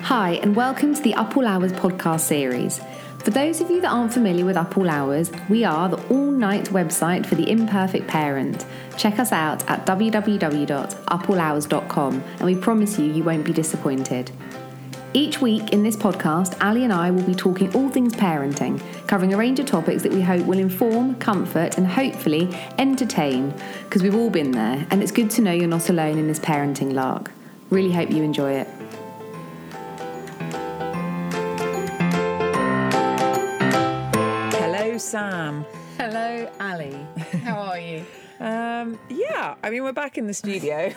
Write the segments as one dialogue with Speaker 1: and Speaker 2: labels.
Speaker 1: Hi, and welcome to the Up All Hours podcast series. For those of you that aren't familiar with Up All Hours, we are the all night website for the imperfect parent. Check us out at www.upallhours.com, and we promise you, you won't be disappointed. Each week in this podcast, Ali and I will be talking all things parenting, covering a range of topics that we hope will inform, comfort, and hopefully entertain, because we've all been there, and it's good to know you're not alone in this parenting lark. Really hope you enjoy it.
Speaker 2: Hello, Sam.
Speaker 1: Hello, Ali. How are you?
Speaker 2: Um, yeah, I mean, we're back in the studio,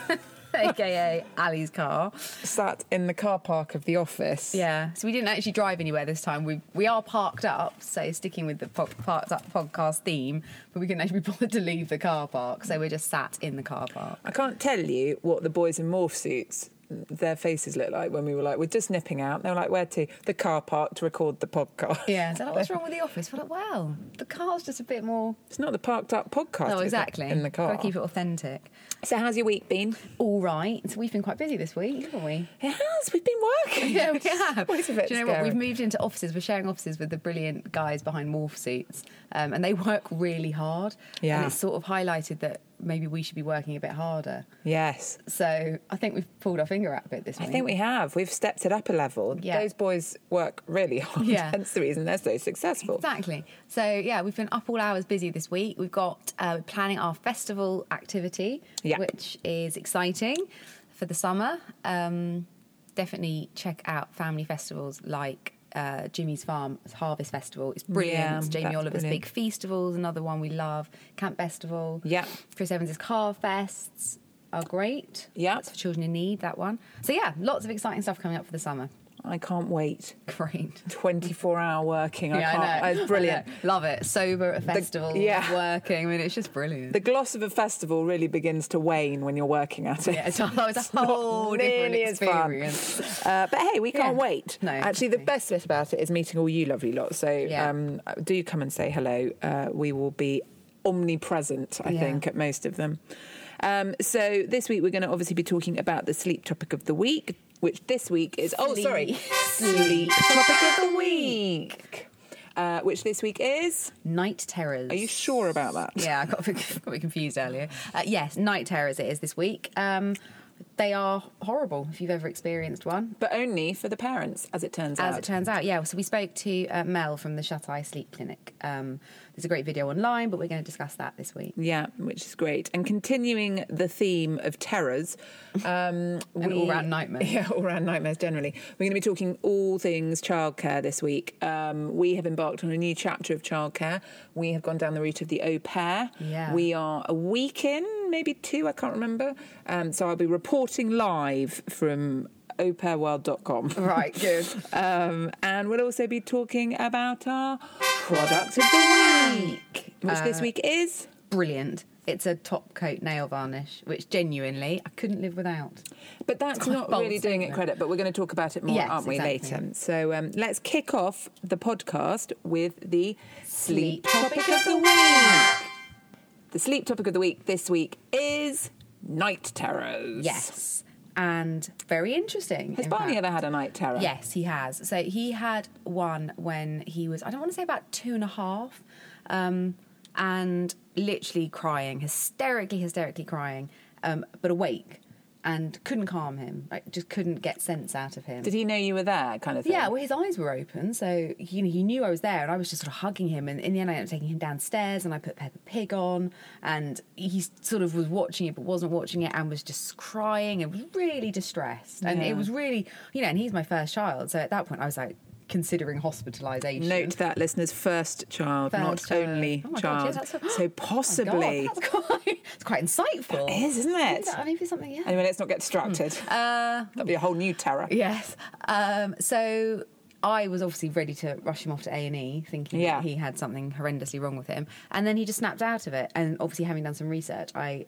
Speaker 1: AKA Ali's car.
Speaker 2: sat in the car park of the office.
Speaker 1: Yeah.
Speaker 3: So we didn't actually drive anywhere this time. We we are parked up, so sticking with the po- parked up podcast theme, but we couldn't actually be bothered to leave the car park, so we're just sat in the car park.
Speaker 2: I can't tell you what the boys in morph suits, their faces look like when we were like, we're just nipping out. They were like, where to? The car park to record the podcast.
Speaker 3: Yeah. So like, what's wrong with the office? We're like, well, the car's just a bit more.
Speaker 2: It's not the parked up podcast. is
Speaker 3: No,
Speaker 2: it?
Speaker 3: Oh, exactly.
Speaker 2: In the car.
Speaker 3: Gotta keep it authentic.
Speaker 2: So, how's your week been?
Speaker 3: All right. So we've been quite busy this week, haven't we?
Speaker 2: It has. We've been working.
Speaker 3: Yeah, we have.
Speaker 2: Always a bit
Speaker 3: Do you know what?
Speaker 2: scary.
Speaker 3: We've moved into offices. We're sharing offices with the brilliant guys behind Morph Suits, um, and they work really hard.
Speaker 2: Yeah.
Speaker 3: And it's sort of highlighted that maybe we should be working a bit harder.
Speaker 2: Yes.
Speaker 3: So I think we've pulled our finger out a bit this week.
Speaker 2: I think we have. We've stepped it up a level.
Speaker 3: Yeah.
Speaker 2: Those boys work really hard.
Speaker 3: Yeah.
Speaker 2: That's the reason they're so successful.
Speaker 3: Exactly. So yeah, we've been up all hours busy this week. We've got uh, planning our festival activity,
Speaker 2: Yeah.
Speaker 3: which is exciting for the summer. Um, definitely check out family festivals like uh, Jimmy's Farm Harvest Festival. It's brilliant.
Speaker 2: Yeah,
Speaker 3: Jamie
Speaker 2: that's
Speaker 3: Oliver's
Speaker 2: brilliant.
Speaker 3: Big Festival is another one we love. Camp Festival.
Speaker 2: Yeah.
Speaker 3: Chris Evans's Car Fests are great.
Speaker 2: Yeah.
Speaker 3: That's for children in need. That one. So yeah, lots of exciting stuff coming up for the summer.
Speaker 2: I can't wait.
Speaker 3: Great.
Speaker 2: 24 hour working. I
Speaker 3: Yeah,
Speaker 2: can't.
Speaker 3: I know.
Speaker 2: It's brilliant.
Speaker 3: I know. Love it. Sober at festivals,
Speaker 2: yeah.
Speaker 3: working. I mean, it's just brilliant.
Speaker 2: The gloss of a festival really begins to wane when you're working at it.
Speaker 3: yeah, it's, that was a whole different
Speaker 2: Really is fun.
Speaker 3: experience.
Speaker 2: Uh, but hey, we can't
Speaker 3: Yeah.
Speaker 2: wait.
Speaker 3: No,
Speaker 2: Actually, the
Speaker 3: exactly.
Speaker 2: best bit about it is meeting all you lovely lot. So
Speaker 3: Yeah.
Speaker 2: um, do come and say hello. Uh, we will be omnipresent, I
Speaker 3: Yeah.
Speaker 2: think, at most of them. Um, so this week, we're going to obviously be talking about the sleep topic of the week, which this week is. Oh, sorry. Sleep topic of the week. Uh, which this week is.
Speaker 3: Night terrors.
Speaker 2: Are you sure about that?
Speaker 3: Yeah, I got a bit, got a bit confused earlier. Uh, yes, night terrors it is this week. Um, they are horrible if you've ever experienced one.
Speaker 2: But only for the parents, as it turns
Speaker 3: As
Speaker 2: out.
Speaker 3: it turns out, yeah. So we spoke to uh, Mel from the Shut Eye Sleep Clinic. Um, there's a great video online, but we're going to discuss that this week.
Speaker 2: Yeah, which is great. And continuing the theme of terrors, um,
Speaker 3: And all-round nightmares.
Speaker 2: Yeah, all round nightmares generally. We're going to be talking all things childcare this week. Um, we have embarked on a new chapter of childcare. We have gone down the route of the au pair.
Speaker 3: Yeah.
Speaker 2: We are a week in, maybe two, I can't remember. Um, so I'll be reporting live from aupairworld.com.
Speaker 3: Right, good.
Speaker 2: Um, and we'll also be talking about our product of the week, which
Speaker 3: Uh,
Speaker 2: this week is.
Speaker 3: Brilliant. It's a top coat nail varnish, which genuinely I couldn't live without.
Speaker 2: But that's
Speaker 3: quite
Speaker 2: not
Speaker 3: bold
Speaker 2: really doing it
Speaker 3: statement.
Speaker 2: credit, but we're going to talk about it more,
Speaker 3: Yes,
Speaker 2: aren't we,
Speaker 3: exactly.
Speaker 2: later? So um, let's kick off the podcast with the sleep topic of the week. The sleep topic of the week this week is night terrors.
Speaker 3: Yes. And very interesting.
Speaker 2: Has
Speaker 3: in
Speaker 2: Barney
Speaker 3: fact.
Speaker 2: ever had a night terror?
Speaker 3: Yes, he has. So he had one when he was, I don't want to say about two and a half, um, and literally crying, hysterically, hysterically crying, um, but awake and couldn't calm him, like just couldn't get sense out of him.
Speaker 2: Did he know you were there, kind of thing?
Speaker 3: Yeah, well, his eyes were open, so you know he knew I was there, and I was just sort of hugging him. And in the end, I ended up taking him downstairs, and I put Peppa Pig on, and he sort of was watching it, but wasn't watching it, and was just crying and was really distressed. And
Speaker 2: Yeah.
Speaker 3: it was really, you know, and he's my first child, so at that point, I was like considering hospitalisation.
Speaker 2: Note that listener's first child,
Speaker 3: First
Speaker 2: not
Speaker 3: child.
Speaker 2: only
Speaker 3: Oh my God, yeah,
Speaker 2: child.
Speaker 3: that's a- Oh my
Speaker 2: so
Speaker 3: God,
Speaker 2: possibly.
Speaker 3: God, that's quite, it's quite insightful.
Speaker 2: It is, isn't it?
Speaker 3: I mean, for something else.
Speaker 2: Anyway, let's not get distracted.
Speaker 3: Uh,
Speaker 2: That'd be a whole new terror.
Speaker 3: Yes. Um, so I was obviously ready to rush him off to A and E, thinking
Speaker 2: Yeah.
Speaker 3: he had something horrendously wrong with him, and then he just snapped out of it. And obviously, having done some research, I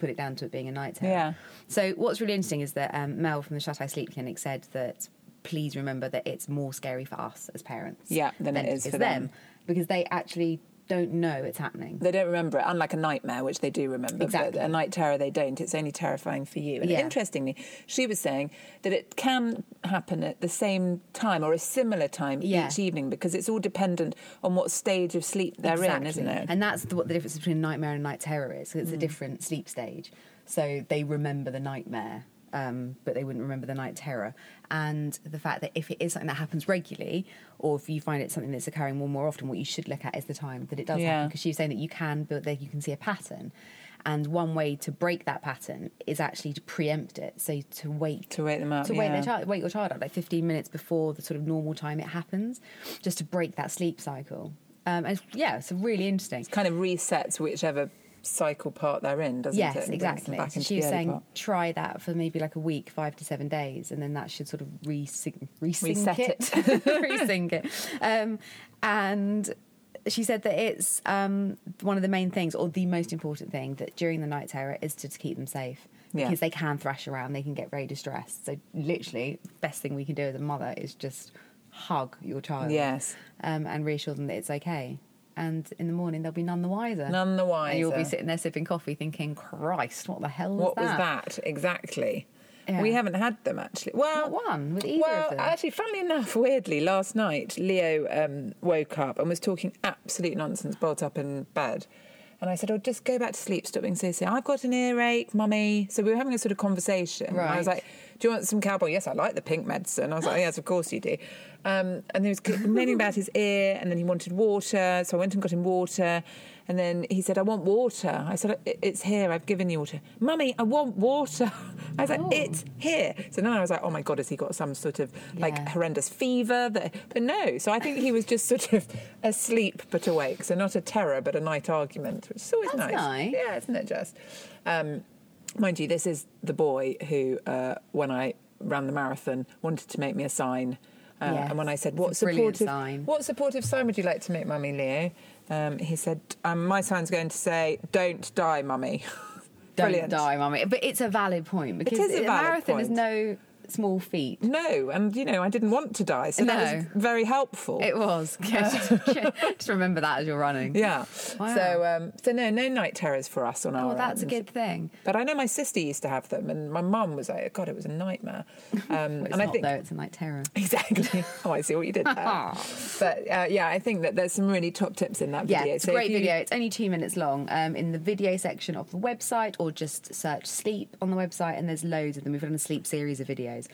Speaker 3: put it down to it being a night terror.
Speaker 2: Yeah.
Speaker 3: So what's really interesting is that um, Mel from the Shut Eye Sleep Clinic said that please remember that it's more scary for us as parents.
Speaker 2: Yeah, than it is for them.
Speaker 3: because they actually don't know it's happening.
Speaker 2: They don't remember it, unlike a nightmare, which they do remember.
Speaker 3: Exactly.
Speaker 2: But a night terror, they don't. It's only terrifying for you. And
Speaker 3: Yeah.
Speaker 2: interestingly, she was saying that it can happen at the same time or a similar time
Speaker 3: Yeah.
Speaker 2: each evening because it's all dependent on what stage of sleep they're in, isn't
Speaker 3: Exactly.
Speaker 2: it? Mm.
Speaker 3: And that's the, what the difference between a nightmare and a night terror is. It's a different sleep stage. So they remember the nightmare, um, but they wouldn't remember the night terror. And the fact that if it is something that happens regularly, or if you find it's something that's occurring more and more often, what you should look at is the time that it does
Speaker 2: Yeah.
Speaker 3: happen. Because she was saying that you can build that you can see a pattern. And one way to break that pattern is actually to preempt it. So to wake
Speaker 2: To wake them up,
Speaker 3: To wake their
Speaker 2: yeah.
Speaker 3: child wake your child up like 15 minutes before the sort of normal time it happens, just to break that sleep cycle. Um, and it's- yeah, it's really interesting.
Speaker 2: Kind of resets whichever cycle part they're in, doesn't it?
Speaker 3: Yes,
Speaker 2: And brings
Speaker 3: exactly.
Speaker 2: them Back
Speaker 3: So
Speaker 2: into
Speaker 3: she
Speaker 2: the
Speaker 3: was
Speaker 2: early
Speaker 3: saying
Speaker 2: part.
Speaker 3: try that for maybe like a week, five to seven days, and then that should sort of resync, resync
Speaker 2: Reset
Speaker 3: resync it. Um, and she said that it's um, one of the main things, or the most important thing, that during the night terror is to, to keep them safe
Speaker 2: Yeah.
Speaker 3: because they can thrash around, they can get very distressed. So literally, best thing we can do as a mother is just hug your child,
Speaker 2: Yes.
Speaker 3: um, and reassure them that it's okay. And in the morning, they'll be none the wiser.
Speaker 2: None the
Speaker 3: And you'll be
Speaker 2: wiser.
Speaker 3: sitting there sipping coffee thinking, Christ, what the hell was
Speaker 2: What
Speaker 3: that?
Speaker 2: was that exactly?
Speaker 3: Yeah.
Speaker 2: We haven't had them actually. Well,
Speaker 3: Not one with either
Speaker 2: well,
Speaker 3: of them.
Speaker 2: actually, funnily enough, weirdly, last night Leo um, woke up and was talking absolute nonsense, bolt up in bed. And I said, "Oh, just go back to sleep. Stop being silly. I've got an earache, mummy." So we were having a sort of conversation. And I was
Speaker 3: Right.
Speaker 2: like, "Do you want some cowboy?" Yes, I like the pink medicine. I was like, "Oh, "Yes, of course you do." Um, and he was complaining about his ear, and then he wanted water. So I went and got him water. And then he said, "I want water." I said, "I- "It's here. I've given you water, mummy. I want water." I was like,
Speaker 3: Oh.
Speaker 2: "It's here." So then I was like, "Oh my god, has he got some sort of like
Speaker 3: Yeah.
Speaker 2: horrendous fever?" That, but no. So I think he was just sort of asleep but awake. So not a terror, but a night argument, which is always
Speaker 3: That's nice.
Speaker 2: yeah, isn't it just? Um, mind you, this is the boy who, uh, when I ran the marathon, wanted to make me a sign. Uh,
Speaker 3: Yes.
Speaker 2: And when I said,
Speaker 3: It's a
Speaker 2: "What
Speaker 3: brilliant
Speaker 2: supportive
Speaker 3: sign.
Speaker 2: What supportive sign would you like to make, Mummy Leo?" Um, he said, um, "My sign's going to say, don't die, Mummy.'
Speaker 3: Don't
Speaker 2: Brilliant.
Speaker 3: die, mummy. But it's a valid point because
Speaker 2: is a valid
Speaker 3: marathon is
Speaker 2: point.
Speaker 3: no small feat.
Speaker 2: No, and you know I didn't want to die, so that was
Speaker 3: No.
Speaker 2: very helpful.
Speaker 3: It was. just, just remember that as you're running.
Speaker 2: yeah.
Speaker 3: Wow.
Speaker 2: So, um, so no, no night terrors for us on our.
Speaker 3: Oh, that's a
Speaker 2: end.
Speaker 3: good thing.
Speaker 2: But I know my sister used to have them, and my mum was like, "God, it was a nightmare." Um,
Speaker 3: But it's
Speaker 2: and
Speaker 3: not,
Speaker 2: I think
Speaker 3: though, it's a night terror.
Speaker 2: Exactly. Oh, I see what you did there. but uh, yeah, I think that there's some really top tips in that
Speaker 3: Ah. Yeah,
Speaker 2: video.
Speaker 3: it's
Speaker 2: So
Speaker 3: a
Speaker 2: if
Speaker 3: great
Speaker 2: you-
Speaker 3: video. It's only two minutes long. Um, in the video section of the website, or just search "sleep" on the website, and there's loads of them. We've done a sleep series of videos,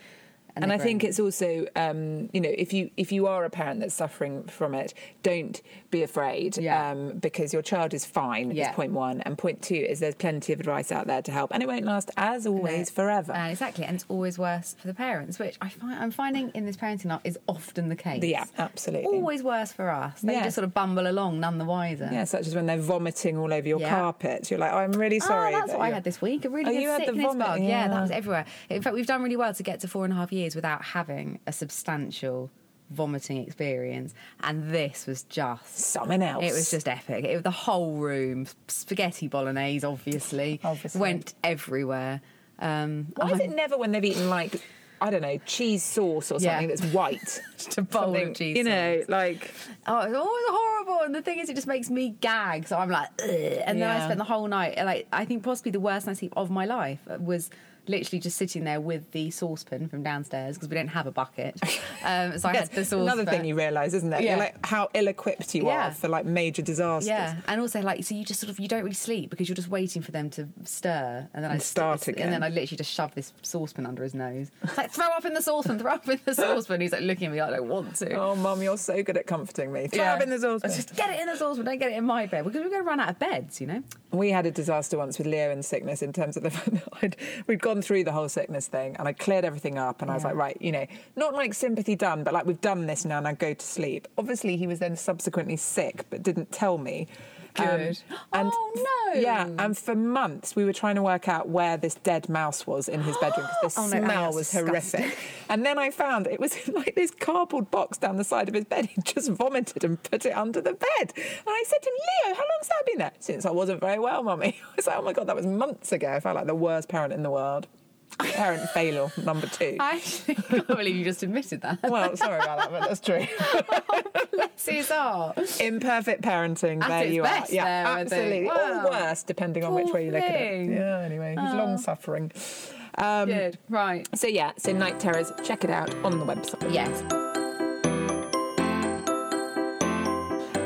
Speaker 2: And I
Speaker 3: they're
Speaker 2: think
Speaker 3: great.
Speaker 2: it's also, um, you know, if you if you are a parent that's suffering from it, don't be afraid
Speaker 3: Yeah.
Speaker 2: um, because your child is fine.
Speaker 3: Yeah.
Speaker 2: Is point one, and point two is there's plenty of advice out there to help, and it won't last as always
Speaker 3: No.
Speaker 2: forever.
Speaker 3: Uh, exactly, and it's always worse for the parents, which I find I'm finding in this parenting life is often the case.
Speaker 2: Yeah, absolutely.
Speaker 3: Always worse for us. They
Speaker 2: Yeah.
Speaker 3: just sort of bumble along, none the wiser.
Speaker 2: yeah, such as when they're vomiting all over your
Speaker 3: Yeah.
Speaker 2: carpet. You're like, oh, I'm really sorry.
Speaker 3: Oh, that's
Speaker 2: that
Speaker 3: what I
Speaker 2: you're-"
Speaker 3: had this week. A really
Speaker 2: Oh,
Speaker 3: good
Speaker 2: you had the
Speaker 3: sickness
Speaker 2: vomit,
Speaker 3: bug. Yeah.
Speaker 2: yeah.
Speaker 3: that was everywhere. In fact, we've done really well to get to four and a half years without having a substantial vomiting experience, and this was just
Speaker 2: Something else.
Speaker 3: It was just epic. It was the whole room, spaghetti bolognese, obviously,
Speaker 2: Obviously.
Speaker 3: went everywhere. Um,
Speaker 2: Why is
Speaker 3: I'm-
Speaker 2: it never when they've eaten like I don't know cheese sauce or
Speaker 3: Yeah.
Speaker 2: something that's white?
Speaker 3: Just a bowl of
Speaker 2: Something,
Speaker 3: cheese
Speaker 2: You know, like
Speaker 3: oh, it's always horrible. And the thing is, it just makes me gag. So I'm like, Ugh. and then I
Speaker 2: Yeah.
Speaker 3: spent the whole night. Like, I think possibly the worst night's sleep of my life was literally just sitting there with the saucepan from downstairs because we don't have a bucket. Um, so I had the
Speaker 2: That's
Speaker 3: saucepan.
Speaker 2: another thing you realise, isn't it?
Speaker 3: Yeah.
Speaker 2: You're like how ill-equipped you
Speaker 3: Yeah.
Speaker 2: are for like major disasters.
Speaker 3: Yeah, and also like so you just sort of you don't really sleep because you're just waiting for them to stir, and then I
Speaker 2: start
Speaker 3: st-
Speaker 2: again.
Speaker 3: and then I literally just shove this saucepan under his nose. It's like throw up in the saucepan, throw up in the saucepan. He's like looking at me, like, I don't want to.
Speaker 2: Oh, mum, you're so good at comforting me. Throw up in the saucepan.
Speaker 3: Just get it in the saucepan. Don't get it in my bed because we're going to run out of beds, you know.
Speaker 2: We had a disaster once with Leo in sickness in terms of the fact that I'd, we'd gone through the whole sickness thing and I cleared everything up and I was
Speaker 3: Yeah.
Speaker 2: like, right, you know, not like sympathy done, but like we've done this now and I go to sleep. Obviously, he was then subsequently sick but didn't tell me. Um,
Speaker 3: Good. Oh, no.
Speaker 2: Yeah, and for months we were trying to work out where this dead mouse was in his bedroom because the
Speaker 3: Oh, no, Annie,
Speaker 2: smell
Speaker 3: that's
Speaker 2: was
Speaker 3: disgusting.
Speaker 2: horrific. And then I found it was in like this cardboard box down the side of his bed. He just vomited and put it under the bed. And I said to him, Leo, how long's that been there? Since I wasn't very well, mummy. I was like, oh my God, that was months ago. I felt like the worst parent in the world. Parent fail or number two.
Speaker 3: I actually can't believe you just admitted that.
Speaker 2: Well, sorry about that, but that's true. Um,
Speaker 3: Cesar.
Speaker 2: Imperfect parenting.
Speaker 3: At
Speaker 2: there
Speaker 3: its
Speaker 2: you
Speaker 3: best
Speaker 2: are. Yeah,
Speaker 3: there, I think.
Speaker 2: absolutely.
Speaker 3: Wow.
Speaker 2: Or worse, depending on which
Speaker 3: Poor
Speaker 2: way you look at it.
Speaker 3: thing. Oh.
Speaker 2: Yeah. Anyway, he's long suffering. Um,
Speaker 3: Good. Right.
Speaker 2: So yeah, so Night Terrors. Check it out on the website.
Speaker 3: Yes.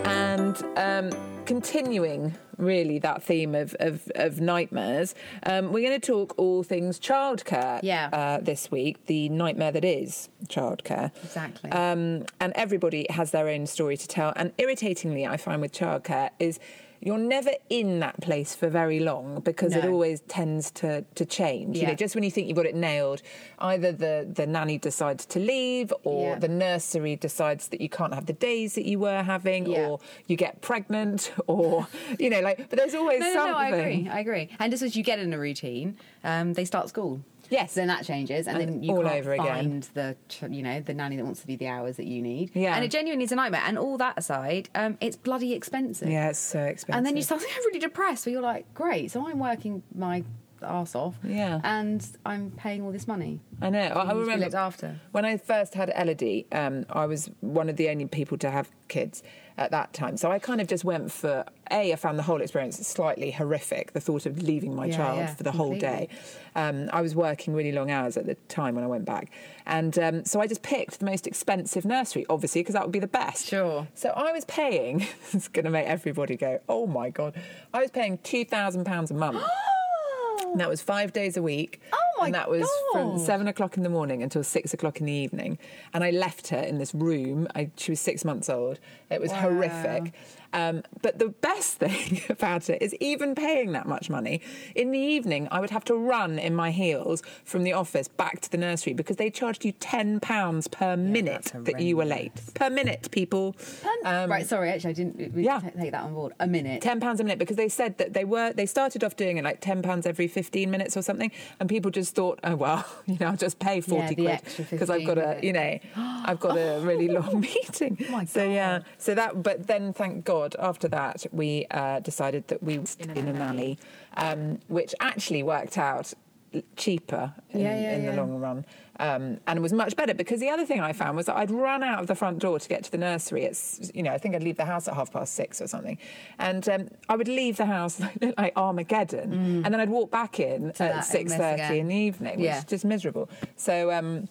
Speaker 2: And um, continuing really that theme of, of, of nightmares, um, we're going to talk all things childcare
Speaker 3: Yeah.
Speaker 2: uh, this week, the nightmare that is childcare.
Speaker 3: Exactly.
Speaker 2: Um, and everybody has their own story to tell. And irritatingly, I find with childcare is you're never in that place for very long because it
Speaker 3: No.
Speaker 2: always tends to, to change. You
Speaker 3: Yeah.
Speaker 2: know, just when you think you've got it nailed, either the, the nanny decides to leave or
Speaker 3: Yeah.
Speaker 2: the nursery decides that you can't have the days that you were having
Speaker 3: Yeah.
Speaker 2: or you get pregnant or you know like but there's always
Speaker 3: No, no,
Speaker 2: something
Speaker 3: no, I agree. I agree. And just as you get in a routine, um, they start school.
Speaker 2: Yes.
Speaker 3: Then that changes, and,
Speaker 2: And
Speaker 3: then you
Speaker 2: all
Speaker 3: can't
Speaker 2: over again.
Speaker 3: find the ch- you know the nanny that wants to do the hours that you need.
Speaker 2: Yeah.
Speaker 3: And it genuinely is a nightmare. And all that aside, um, it's bloody expensive.
Speaker 2: yeah it's so expensive
Speaker 3: And then you start to get really depressed. Where you're like, great, so I'm working my arse off.
Speaker 2: Yeah.
Speaker 3: And I'm paying all this money.
Speaker 2: I know. I I
Speaker 3: must be
Speaker 2: remember
Speaker 3: looked after.
Speaker 2: when I first had Elodie. Um, I was one of the only people to have kids at that time, so I kind of just went for a. I found the whole experience slightly horrific. The thought of leaving my
Speaker 3: Yeah,
Speaker 2: child
Speaker 3: yeah,
Speaker 2: for the whole day.
Speaker 3: completely.
Speaker 2: Um, I was working really long hours at the time when I went back, and um, so I just picked the most expensive nursery, obviously, because that would be the best.
Speaker 3: Sure.
Speaker 2: So I was paying. it's going to make everybody go, "Oh my god!" I was paying two thousand pounds a month. And that was five days a week.
Speaker 3: Oh my
Speaker 2: And that was from
Speaker 3: God.
Speaker 2: seven o'clock in the morning until six o'clock in the evening. And I left her in this room. I, she was six months old. It was horrific. Um, but the best thing about it is, even paying that much money, in the evening I would have to run in my heels from the office back to the nursery because they charged you ten pounds per minute that you were late. Per minute, people. Um,
Speaker 3: right, sorry, actually, I didn't we
Speaker 2: yeah.
Speaker 3: ta- take that on board. A minute.
Speaker 2: ten pounds a minute because they said that they were they started off doing it like ten pounds every fifteen minutes or something, and people just thought, oh well, you know, I'll just pay forty
Speaker 3: the extra
Speaker 2: quid because I've
Speaker 3: 15
Speaker 2: got a
Speaker 3: minutes.
Speaker 2: you know I've got a really long meeting.
Speaker 3: Oh my
Speaker 2: So yeah, so that but then thank God after that we uh, decided that we was in, a nanny, um, which actually worked out cheaper in,
Speaker 3: Yeah, yeah,
Speaker 2: in the
Speaker 3: yeah.
Speaker 2: long run um, and it was much better because the other thing I found was that I'd run out of the front door to get to the nursery. It's you know I think I'd leave the house at half past six or something, and um, I would leave the house like, like Armageddon, and then I'd walk back in at
Speaker 3: Mm. that
Speaker 2: six
Speaker 3: mess
Speaker 2: thirty in
Speaker 3: again.
Speaker 2: the evening, which
Speaker 3: Yeah.
Speaker 2: is just miserable. So um,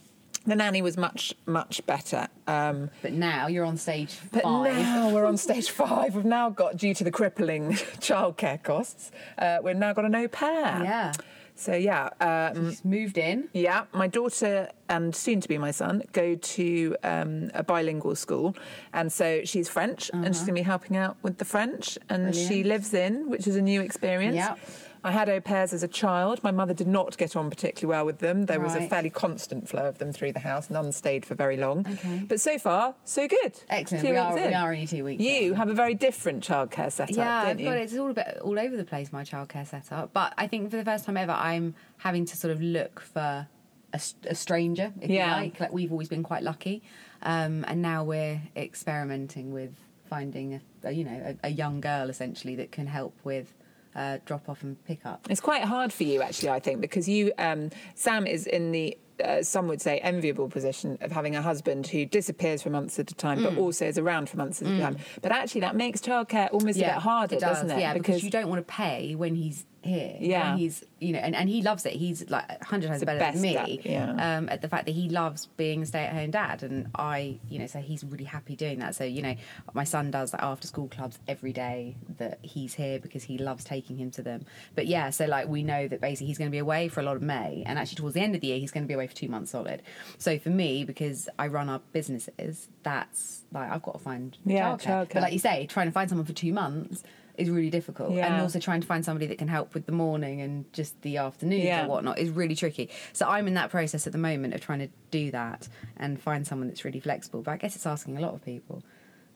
Speaker 2: the nanny was much much better. Um,
Speaker 3: But now you're on stage
Speaker 2: but
Speaker 3: five.
Speaker 2: now we're on stage five. We've now got, due to the crippling childcare costs, uh, we've now got an au pair.
Speaker 3: Yeah.
Speaker 2: So, yeah, um,
Speaker 3: She's moved in.
Speaker 2: yeah, my daughter and soon to be my son go to um, a bilingual school. And so she's French and she's going to be helping out with the French. And she
Speaker 3: Uh-huh. Brilliant.
Speaker 2: lives in, which is a new experience.
Speaker 3: Yep.
Speaker 2: I had au pairs as a child. My mother did not get on particularly well with them. There was a
Speaker 3: Right.
Speaker 2: fairly constant flow of them through the house. None stayed for very long.
Speaker 3: Okay.
Speaker 2: But so far, so good.
Speaker 3: Excellent.
Speaker 2: Two
Speaker 3: We
Speaker 2: weeks
Speaker 3: are-
Speaker 2: in.
Speaker 3: we are only two weeks
Speaker 2: You have a very different childcare setup,
Speaker 3: Yeah,
Speaker 2: don't
Speaker 3: I've
Speaker 2: you?
Speaker 3: got it. It's all a bit all over the place. My childcare setup, but I think for the first time ever, I'm having to sort of look for a, s- a stranger, if
Speaker 2: Yeah.
Speaker 3: you like. Like we've always been quite lucky, um, and now we're experimenting with finding a, a you know a, a young girl essentially that can help with uh, drop off and pick up.
Speaker 2: It's quite hard for you, actually, I think, because you, um, Sam, is in the uh, some would say enviable position of having a husband who disappears for months at a time,
Speaker 3: Mm.
Speaker 2: but also is around for months at a time. But actually, that makes childcare almost a bit harder,
Speaker 3: does,
Speaker 2: not it?
Speaker 3: Yeah, because, you don't want to pay when he's here. when
Speaker 2: Yeah.
Speaker 3: he's you know, and, and he loves it. He's like a hundred times
Speaker 2: the
Speaker 3: better
Speaker 2: best
Speaker 3: than me.
Speaker 2: dad, yeah.
Speaker 3: Um, at the fact that he loves being a stay-at-home dad, and I, you know, so he's really happy doing that. So you know, my son does like after-school clubs every day that he's here because he loves taking him to them. But yeah, so like we know that basically he's going to be away for a lot of May, and actually towards the end of the year he's going to be away for two months solid. So for me, because I run our businesses, that's like I've got to find
Speaker 2: Yeah,
Speaker 3: childcare.
Speaker 2: childcare.
Speaker 3: But like you say, trying to find someone for two months is really difficult.
Speaker 2: Yeah.
Speaker 3: And also trying to find somebody that can help with the morning and just the afternoons
Speaker 2: Yeah.
Speaker 3: or whatnot is really tricky. So I'm in that process at the moment of trying to do that and find someone that's really flexible. But I guess it's asking a lot of people.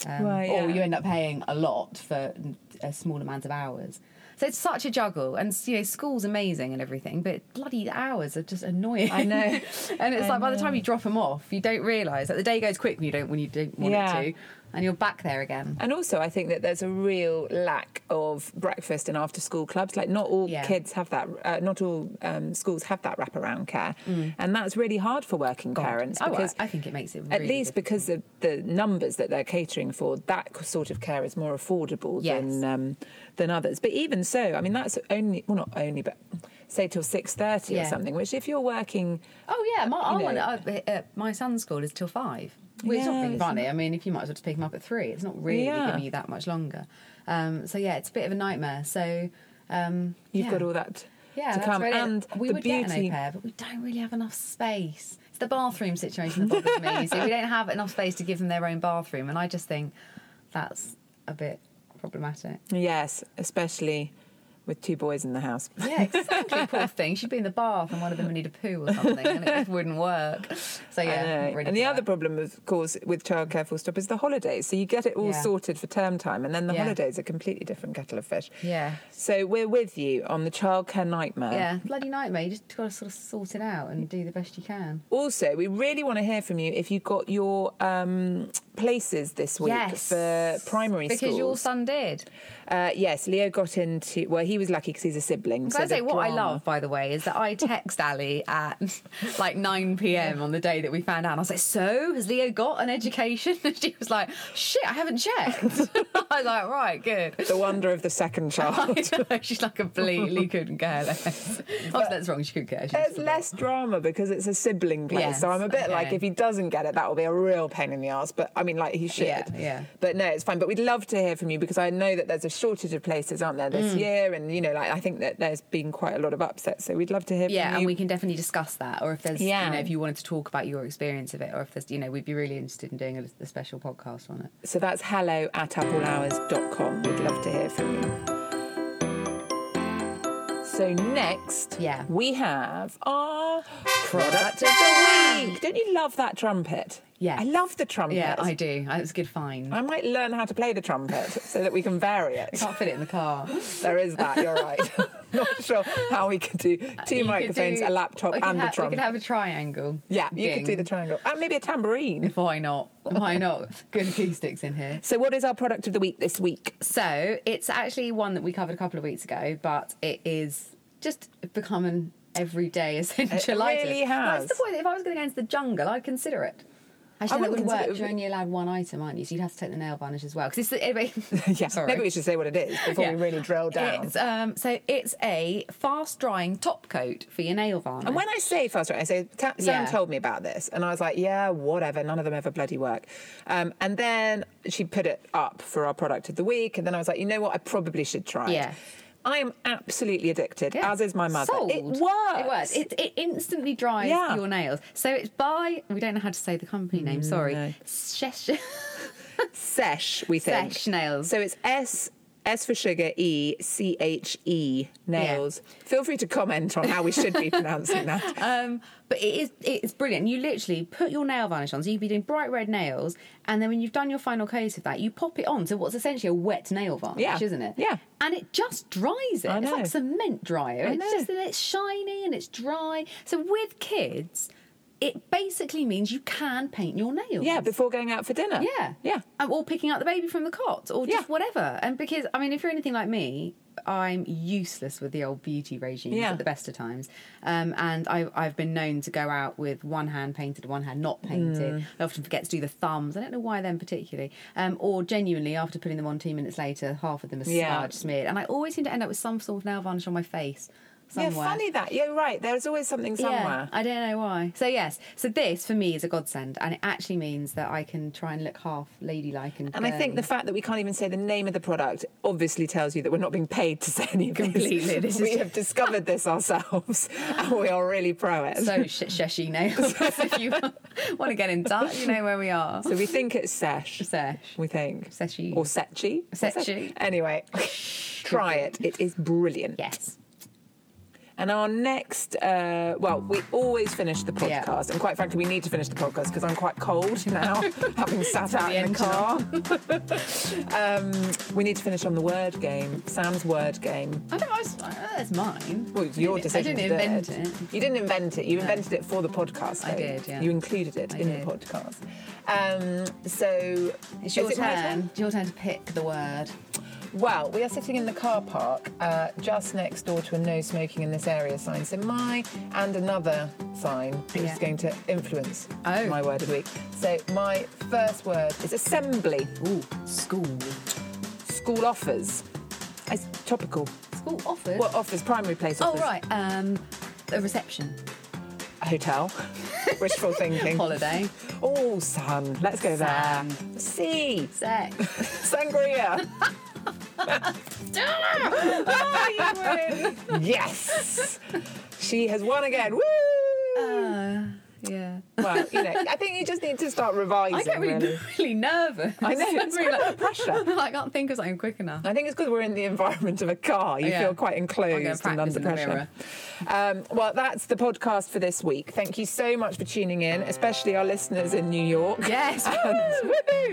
Speaker 3: Um,
Speaker 2: Well, yeah.
Speaker 3: Or you end up paying a lot for a small amount of hours. So it's such a juggle, and you know school's amazing and everything, but bloody hours are just annoying.
Speaker 2: I know.
Speaker 3: and it's like by the time you drop them off, you don't realise that the day goes quick when you don't when you don't want
Speaker 2: Yeah.
Speaker 3: it to. And you're back there again.
Speaker 2: And also, I think that there's a real lack of breakfast and after school clubs. Like, not all
Speaker 3: Yeah.
Speaker 2: kids have that, uh, not all um, schools have that wraparound care. And that's really hard for working parents
Speaker 3: Mm. Oh, I-
Speaker 2: because
Speaker 3: I think it makes it
Speaker 2: at
Speaker 3: really
Speaker 2: least because of the numbers that they're catering for, that c- sort of care is more affordable
Speaker 3: Yes.
Speaker 2: than um, than others. But even so, I mean, that's only, well, not only, but say till 6.30 or
Speaker 3: Yeah.
Speaker 2: something, which if you're working
Speaker 3: Oh yeah, my
Speaker 2: You
Speaker 3: I
Speaker 2: know.
Speaker 3: want, uh, uh, my son's school is till five. Which is
Speaker 2: Yeah,
Speaker 3: not being
Speaker 2: it's
Speaker 3: funny. I mean, if you might as well just pick him up at three, it's not really
Speaker 2: Yeah.
Speaker 3: giving you that much longer. Um, so yeah, it's a bit of a nightmare. So um,
Speaker 2: You've
Speaker 3: yeah.
Speaker 2: got all that
Speaker 3: yeah,
Speaker 2: to
Speaker 3: that's
Speaker 2: come.
Speaker 3: really-
Speaker 2: and
Speaker 3: we
Speaker 2: the
Speaker 3: would
Speaker 2: beauty.
Speaker 3: get an au pair, but we don't really have enough space. It's the bathroom situation that bothers me. So we don't have enough space to give them their own bathroom, and I just think that's a bit problematic.
Speaker 2: yes, especially with two boys in the house.
Speaker 3: Yeah, exactly. Poor thing. She'd be in the bath and one of them would need a poo or something, and it just wouldn't work.
Speaker 2: I
Speaker 3: So yeah,
Speaker 2: know.
Speaker 3: not really
Speaker 2: and the
Speaker 3: for
Speaker 2: other
Speaker 3: that.
Speaker 2: problem, of course, with childcare full stop is the holidays. So you get it all
Speaker 3: Yeah.
Speaker 2: sorted for term time, and then the
Speaker 3: Yeah.
Speaker 2: holidays are completely different kettle of fish.
Speaker 3: Yeah.
Speaker 2: So we're with you on the childcare nightmare.
Speaker 3: Yeah, bloody nightmare. You just got to sort of sort it out and do the best you can.
Speaker 2: Also, we really want to hear from you if you got your um, places this week for primary
Speaker 3: because
Speaker 2: schools.
Speaker 3: your son did.
Speaker 2: Uh, yes, Leo got into. Well, he was lucky because he's a sibling.
Speaker 3: Can I
Speaker 2: so the
Speaker 3: say what I
Speaker 2: drama-
Speaker 3: love, by the way, is that I text Ali at like 9 p.m. on the day that we found out. And I was like, "So has Leo got an education?" And she was like, "Shit, I haven't checked." I was like, "Right, good."
Speaker 2: The wonder of the second child.
Speaker 3: I know, She's like completely couldn't care less. Oh, that's wrong. She couldn't care. She
Speaker 2: There's
Speaker 3: just-
Speaker 2: less drama because it's a sibling play.
Speaker 3: Yes,
Speaker 2: so I'm a bit like,
Speaker 3: okay.
Speaker 2: if he doesn't get it, that will be a real pain in the ass. But I mean, like, he should.
Speaker 3: Yeah, yeah.
Speaker 2: But no, it's fine. But we'd love to hear from you because I know that there's a shortage of places, aren't there,
Speaker 3: Mm.
Speaker 2: this year? And, you know, like, I think that there's been quite a lot of upsets. So we'd love to hear
Speaker 3: Yeah,
Speaker 2: from you.
Speaker 3: and we can definitely discuss that. Or if there's,
Speaker 2: Yeah.
Speaker 3: you know, if you wanted to talk about your experience of it, or if there's, you know, we'd be really interested in doing a, a special podcast on it.
Speaker 2: so that's hello at applehours.com. We'd love to hear from you. So next,
Speaker 3: Yeah.
Speaker 2: we have our
Speaker 3: Product
Speaker 2: product of the week. Don't you love that trumpet?
Speaker 3: Yes.
Speaker 2: I love the trumpet.
Speaker 3: Yeah, I do. It was a good find.
Speaker 2: I might learn how to play the trumpet so that we can vary it.
Speaker 3: Can't fit it in the car.
Speaker 2: There is that, you're right. Not sure how we could do two
Speaker 3: Uh, You could
Speaker 2: microphones,
Speaker 3: do-
Speaker 2: a laptop,
Speaker 3: we could
Speaker 2: and
Speaker 3: ha-
Speaker 2: the trumpet.
Speaker 3: We could have a triangle.
Speaker 2: yeah, you could do
Speaker 3: thing.
Speaker 2: the triangle. And maybe a tambourine.
Speaker 3: Why not? Why not? Good acoustics in here.
Speaker 2: So, what is our product of the week this week?
Speaker 3: So it's actually one that we covered a couple of weeks ago, but it is just become an everyday essential item.
Speaker 2: really
Speaker 3: That's the
Speaker 2: has.
Speaker 3: point. If I was going to go into the jungle, I'd consider it.
Speaker 2: I
Speaker 3: Actually, that
Speaker 2: wouldn't
Speaker 3: wouldn't work.
Speaker 2: consider it.
Speaker 3: You're only allowed one item, aren't you? So you'd have to take the nail varnish as well. Because it's the, anyway.
Speaker 2: Yeah, maybe we should say what it is before we really drill down.
Speaker 3: It's, um, so it's a fast drying top coat for your nail varnish.
Speaker 2: And when I say fast right, I say Ta- Sam
Speaker 3: Yeah.
Speaker 2: told me about this, and I was like, yeah, whatever. None of them ever bloody work. Um, and then she put it up for our product of the week, and then I was like, you know what? I probably should try
Speaker 3: Yeah.
Speaker 2: it. I am absolutely addicted,
Speaker 3: Yeah.
Speaker 2: as is my mother.
Speaker 3: Sold.
Speaker 2: It works.
Speaker 3: It works. It, it instantly dries
Speaker 2: Yeah. Mm,
Speaker 3: your nails. So it's by we don't know how to say the company name. Sorry,
Speaker 2: no.
Speaker 3: Shesh.
Speaker 2: Sesh, we think.
Speaker 3: Sesh nails.
Speaker 2: So it's S S for sugar, E C H E nails. Feel free to comment on how we should be pronouncing that.
Speaker 3: Um, but it is it's brilliant. You literally put your nail varnish on, so you'd be doing bright red nails, and then when you've done your final coat of that, you pop it on to what's essentially a wet nail varnish,
Speaker 2: Yeah.
Speaker 3: isn't it?
Speaker 2: Yeah.
Speaker 3: And it just dries it.
Speaker 2: I
Speaker 3: It's
Speaker 2: know.
Speaker 3: like cement dryer.
Speaker 2: I
Speaker 3: it's
Speaker 2: know.
Speaker 3: just and it's shiny and it's dry. So with kids, it basically means you can paint your nails.
Speaker 2: Yeah, before going out for dinner.
Speaker 3: Yeah.
Speaker 2: Yeah.
Speaker 3: Um, Or picking up the baby from the cot or just
Speaker 2: Yeah.
Speaker 3: whatever. And because, I mean, if you're anything like me, I'm useless with the old beauty regimes
Speaker 2: Yeah.
Speaker 3: at the best of times. Um, and I, I've been known to go out with one hand painted, one hand not painted.
Speaker 2: Mm.
Speaker 3: I often forget to do the thumbs. I don't know why them particularly. Um, or genuinely, after putting them on two minutes later, half of them are
Speaker 2: Yeah.
Speaker 3: smudged, smeared. And I always seem to end up with some sort of nail varnish on my face somewhere.
Speaker 2: Yeah, funny that. You're right. There's always something somewhere.
Speaker 3: Yeah, I don't know why. So yes, so this for me is a godsend, and it actually means that I can try and look half ladylike and.
Speaker 2: And I think the
Speaker 3: girly.
Speaker 2: fact that we can't even say the name of the product obviously tells you that we're not being paid to say any of this.
Speaker 3: Completely, this is-
Speaker 2: we have discovered this ourselves, and we are really pro it.
Speaker 3: so sh- sheshi nails. if you want to get in touch, you know where we are.
Speaker 2: So we think it's Sesh.
Speaker 3: Sesh.
Speaker 2: We think.
Speaker 3: Seshi.
Speaker 2: Or Sechi.
Speaker 3: Sechi.
Speaker 2: Anyway, try it. It is brilliant.
Speaker 3: Yes.
Speaker 2: And our next, uh, well, we always finish the
Speaker 3: Yeah.
Speaker 2: podcast, and quite frankly, we need to finish the podcast because I'm quite cold now, having sat out
Speaker 3: the
Speaker 2: in the
Speaker 3: end
Speaker 2: car. um, we need to finish on the word game, Sam's word game.
Speaker 3: I don't. I was, uh, that's mine.
Speaker 2: Well, it's your decision.
Speaker 3: I
Speaker 2: to
Speaker 3: didn't
Speaker 2: do
Speaker 3: invent it.
Speaker 2: You didn't invent it. You invented it for the podcast.
Speaker 3: I
Speaker 2: though.
Speaker 3: did, yeah.
Speaker 2: You included it
Speaker 3: I
Speaker 2: in
Speaker 3: did.
Speaker 2: the podcast. Um, so
Speaker 3: It's your
Speaker 2: is it my
Speaker 3: turn. It's your turn to pick the word.
Speaker 2: Well, we are sitting in the car park uh, just next door to a no smoking in this area sign. So my and another sign, which
Speaker 3: Yeah.
Speaker 2: is going to influence
Speaker 3: Oh.
Speaker 2: my word of the week. So my first word is assembly.
Speaker 3: Ooh, school.
Speaker 2: School offers. It's topical.
Speaker 3: School offers.
Speaker 2: What offers? Primary place
Speaker 3: Oh
Speaker 2: offers.
Speaker 3: right. Um, a reception.
Speaker 2: Hotel. Wishful thinking.
Speaker 3: Holiday.
Speaker 2: Oh, sun. Let's go
Speaker 3: Sun.
Speaker 2: there. Sea.
Speaker 3: Sex.
Speaker 2: Sangria.
Speaker 3: oh, you win.
Speaker 2: yes. She has won again. Woo!
Speaker 3: Uh, yeah.
Speaker 2: well, you know, I think you just need to start revising.
Speaker 3: I get really, really nervous.
Speaker 2: I know, it's
Speaker 3: Really,
Speaker 2: quite a lot of pressure.
Speaker 3: I can't think of something quick enough.
Speaker 2: I think it's because we're in the environment of a car. You
Speaker 3: Oh, Yeah.
Speaker 2: feel quite
Speaker 3: I'll go
Speaker 2: enclosed and
Speaker 3: practice
Speaker 2: under
Speaker 3: in the
Speaker 2: pressure. Um, well, that's the podcast for this week. Thank you so much for tuning in, especially our listeners in New York.
Speaker 3: Yes.
Speaker 2: And,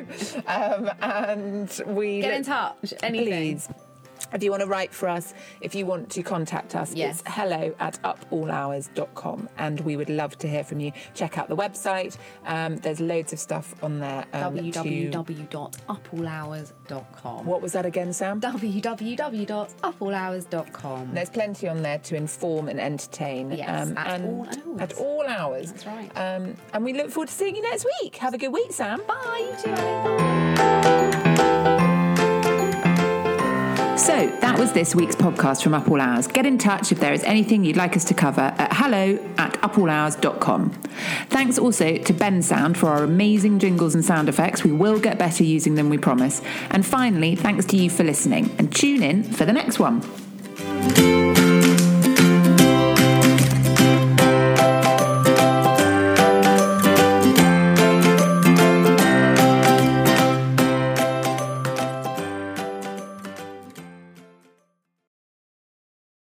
Speaker 2: woohoo! Um, and we
Speaker 3: Get in
Speaker 2: look-
Speaker 3: touch. Anything.
Speaker 2: Please. If you want to write for us, if you want to contact us,
Speaker 3: Yes.
Speaker 2: it's hello at upallhours.com. And we would love to hear from you. Check out the website. Um, there's loads of stuff on there. Um, to-
Speaker 3: www.upallhours.com.
Speaker 2: What was that again, Sam?
Speaker 1: Um,
Speaker 3: www.upallhours.com.
Speaker 2: There's plenty on there to inform and entertain.
Speaker 3: Yes, at
Speaker 2: and-
Speaker 3: all hours.
Speaker 2: At all hours.
Speaker 3: That's right.
Speaker 2: Um, and we look forward to seeing you next week. Have a good week, Sam.
Speaker 3: Bye. you two.
Speaker 1: So that was this week's podcast from Up All Hours. Get in touch if there is anything you'd like us to cover at hello at upallhours.com. Thanks also to Ben Sound for our amazing jingles and sound effects. We will get better using them, we promise. And finally, thanks to you for listening and tune in for the next one.